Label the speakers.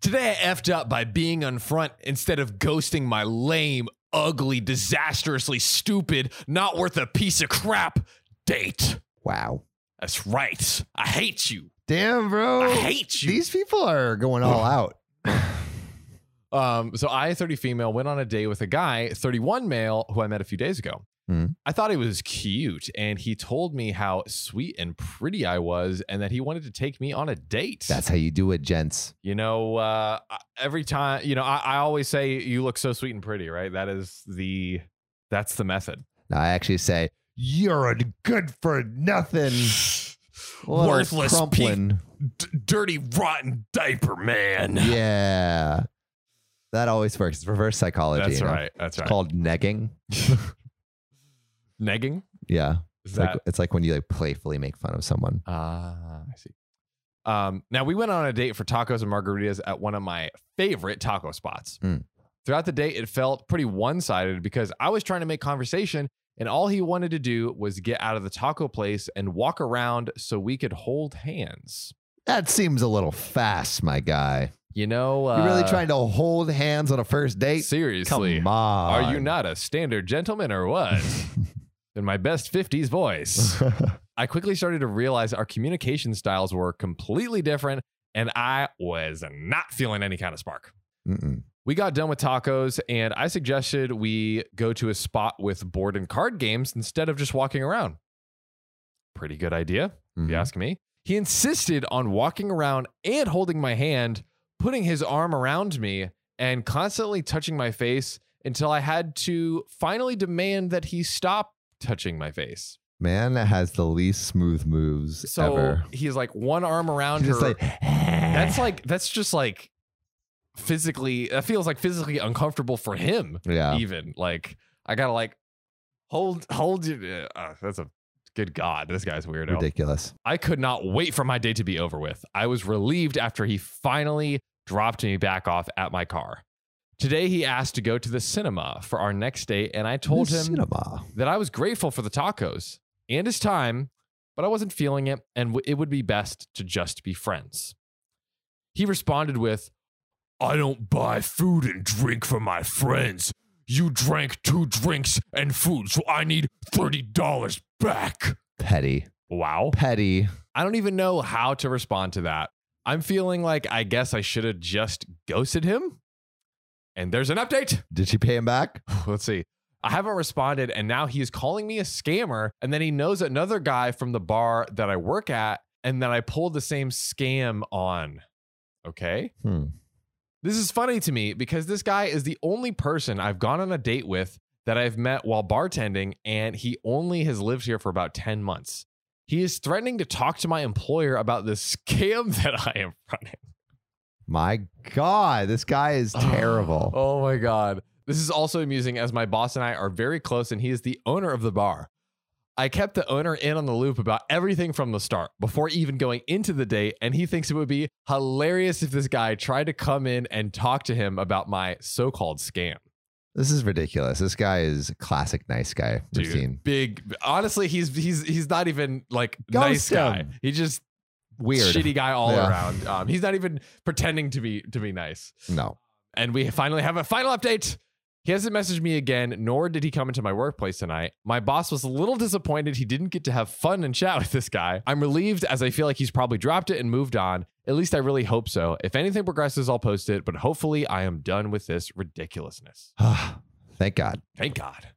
Speaker 1: Today I effed up by being on front instead of ghosting my lame, ugly, disastrously stupid, not worth a piece of crap date.
Speaker 2: Wow.
Speaker 1: That's right. I hate you.
Speaker 2: Damn, bro.
Speaker 1: I hate you.
Speaker 2: Oh, These people are going all out.
Speaker 1: Um, so I, 30 female, went on a date with a guy, 31 male, who I met a few days ago.
Speaker 2: Hmm.
Speaker 1: I thought he was cute, and he told me how sweet and pretty I was, and that he wanted to take me on a date.
Speaker 2: That's how you do it, gents.
Speaker 1: you know, uh, I- every time, you know, I, I always say you look so sweet and pretty, right? That is the that's the method.
Speaker 2: Now I actually say, you're a good for nothing. little crumpling.
Speaker 1: d- dirty, rotten diaper man.
Speaker 2: Yeah. That always works. It's reverse psychology.
Speaker 1: That's
Speaker 2: you know?
Speaker 1: right. That's right.
Speaker 2: Called negging.
Speaker 1: Negging.
Speaker 2: Yeah.
Speaker 1: Is
Speaker 2: It's like, uh, it's like when you like playfully make fun of someone.
Speaker 1: Ah, I see. Um, now we went on a date for tacos and margaritas at one of my favorite taco spots.
Speaker 2: Mm.
Speaker 1: Throughout the date, it felt pretty one-sided because I was trying to make conversation, and all he wanted to do was get out of the taco place and walk around so we could hold hands.
Speaker 2: That seems a little fast, my guy.
Speaker 1: You know, uh,
Speaker 2: you really trying to hold hands on a first date?
Speaker 1: seriously?
Speaker 2: Come on.
Speaker 1: Are you not a standard gentleman or what? In my best 50s voice. I quickly started to realize our communication styles were completely different, and I was not feeling any kind of spark.
Speaker 2: Mm-mm.
Speaker 1: We got done with tacos, and I suggested we go to a spot with board and card games instead of just walking around. Pretty good idea, if you
Speaker 2: Mhm.
Speaker 1: ask me. He insisted on walking around and holding my hand, putting his arm around me, and constantly touching my face until I had to finally demand that he stop touching my face.
Speaker 2: Man that has the least smooth moves
Speaker 1: So
Speaker 2: ever.
Speaker 1: he's like one arm around
Speaker 2: Just
Speaker 1: her.
Speaker 2: like,
Speaker 1: that's like that's just like physically. That feels like physically uncomfortable for him.
Speaker 2: yeah.
Speaker 1: Even like I gotta like hold hold you. Uh, that's a good god. This guy's weirdo.
Speaker 2: Ridiculous.
Speaker 1: I could not wait for my day to be over with. I was relieved after he finally dropped me back off at my car. Today he asked to go to the cinema for our next date, and I told
Speaker 2: The
Speaker 1: him
Speaker 2: cinema.
Speaker 1: that I was grateful for the tacos and his time, but I wasn't feeling it, and w- it would be best to just be friends. He responded with, I don't buy food and drink for my friends. You drank two drinks and food, so I need $30 back.
Speaker 2: Petty.
Speaker 1: Wow.
Speaker 2: Petty.
Speaker 1: I don't even know how to respond to that. I'm feeling like I guess I should have just ghosted him. And there's an update.
Speaker 2: Did she pay him back?
Speaker 1: let's see. I haven't responded, and now he is calling me a scammer. And then he knows another guy from the bar that I work at, and that I pulled the same scam on. Okay.
Speaker 2: Hmm.
Speaker 1: This is funny to me because this guy is the only person I've gone on a date with that I've met while bartending, and he only has lived here for about 10 months. He is threatening to talk to my employer about the scam that I am running.
Speaker 2: My God, this guy is terrible.
Speaker 1: Oh my God. This is also amusing as my boss and I are very close and he is the owner of the bar. I kept the owner in on the loop about everything from the start before even going into the date, and he thinks it would be hilarious if this guy tried to come in and talk to him about my so called scam.
Speaker 2: This is ridiculous. This guy is classic nice guy
Speaker 1: Dude,
Speaker 2: routine.
Speaker 1: big. Honestly, he's he's he's not even like nice
Speaker 2: Ghost
Speaker 1: guy.
Speaker 2: him.
Speaker 1: He just
Speaker 2: Weird.
Speaker 1: shitty guy all
Speaker 2: Yeah.
Speaker 1: around. Um, he's not even pretending to be to be nice.
Speaker 2: No.
Speaker 1: And we finally have a final update. He hasn't messaged me again, nor did he come into my workplace tonight. My boss was a little disappointed he didn't get to have fun and chat with this guy. I'm relieved as I feel like he's probably dropped it and moved on. At least I really hope so. If anything progresses, I'll post it, but hopefully I am done with this ridiculousness.
Speaker 2: Thank God.
Speaker 1: Thank God.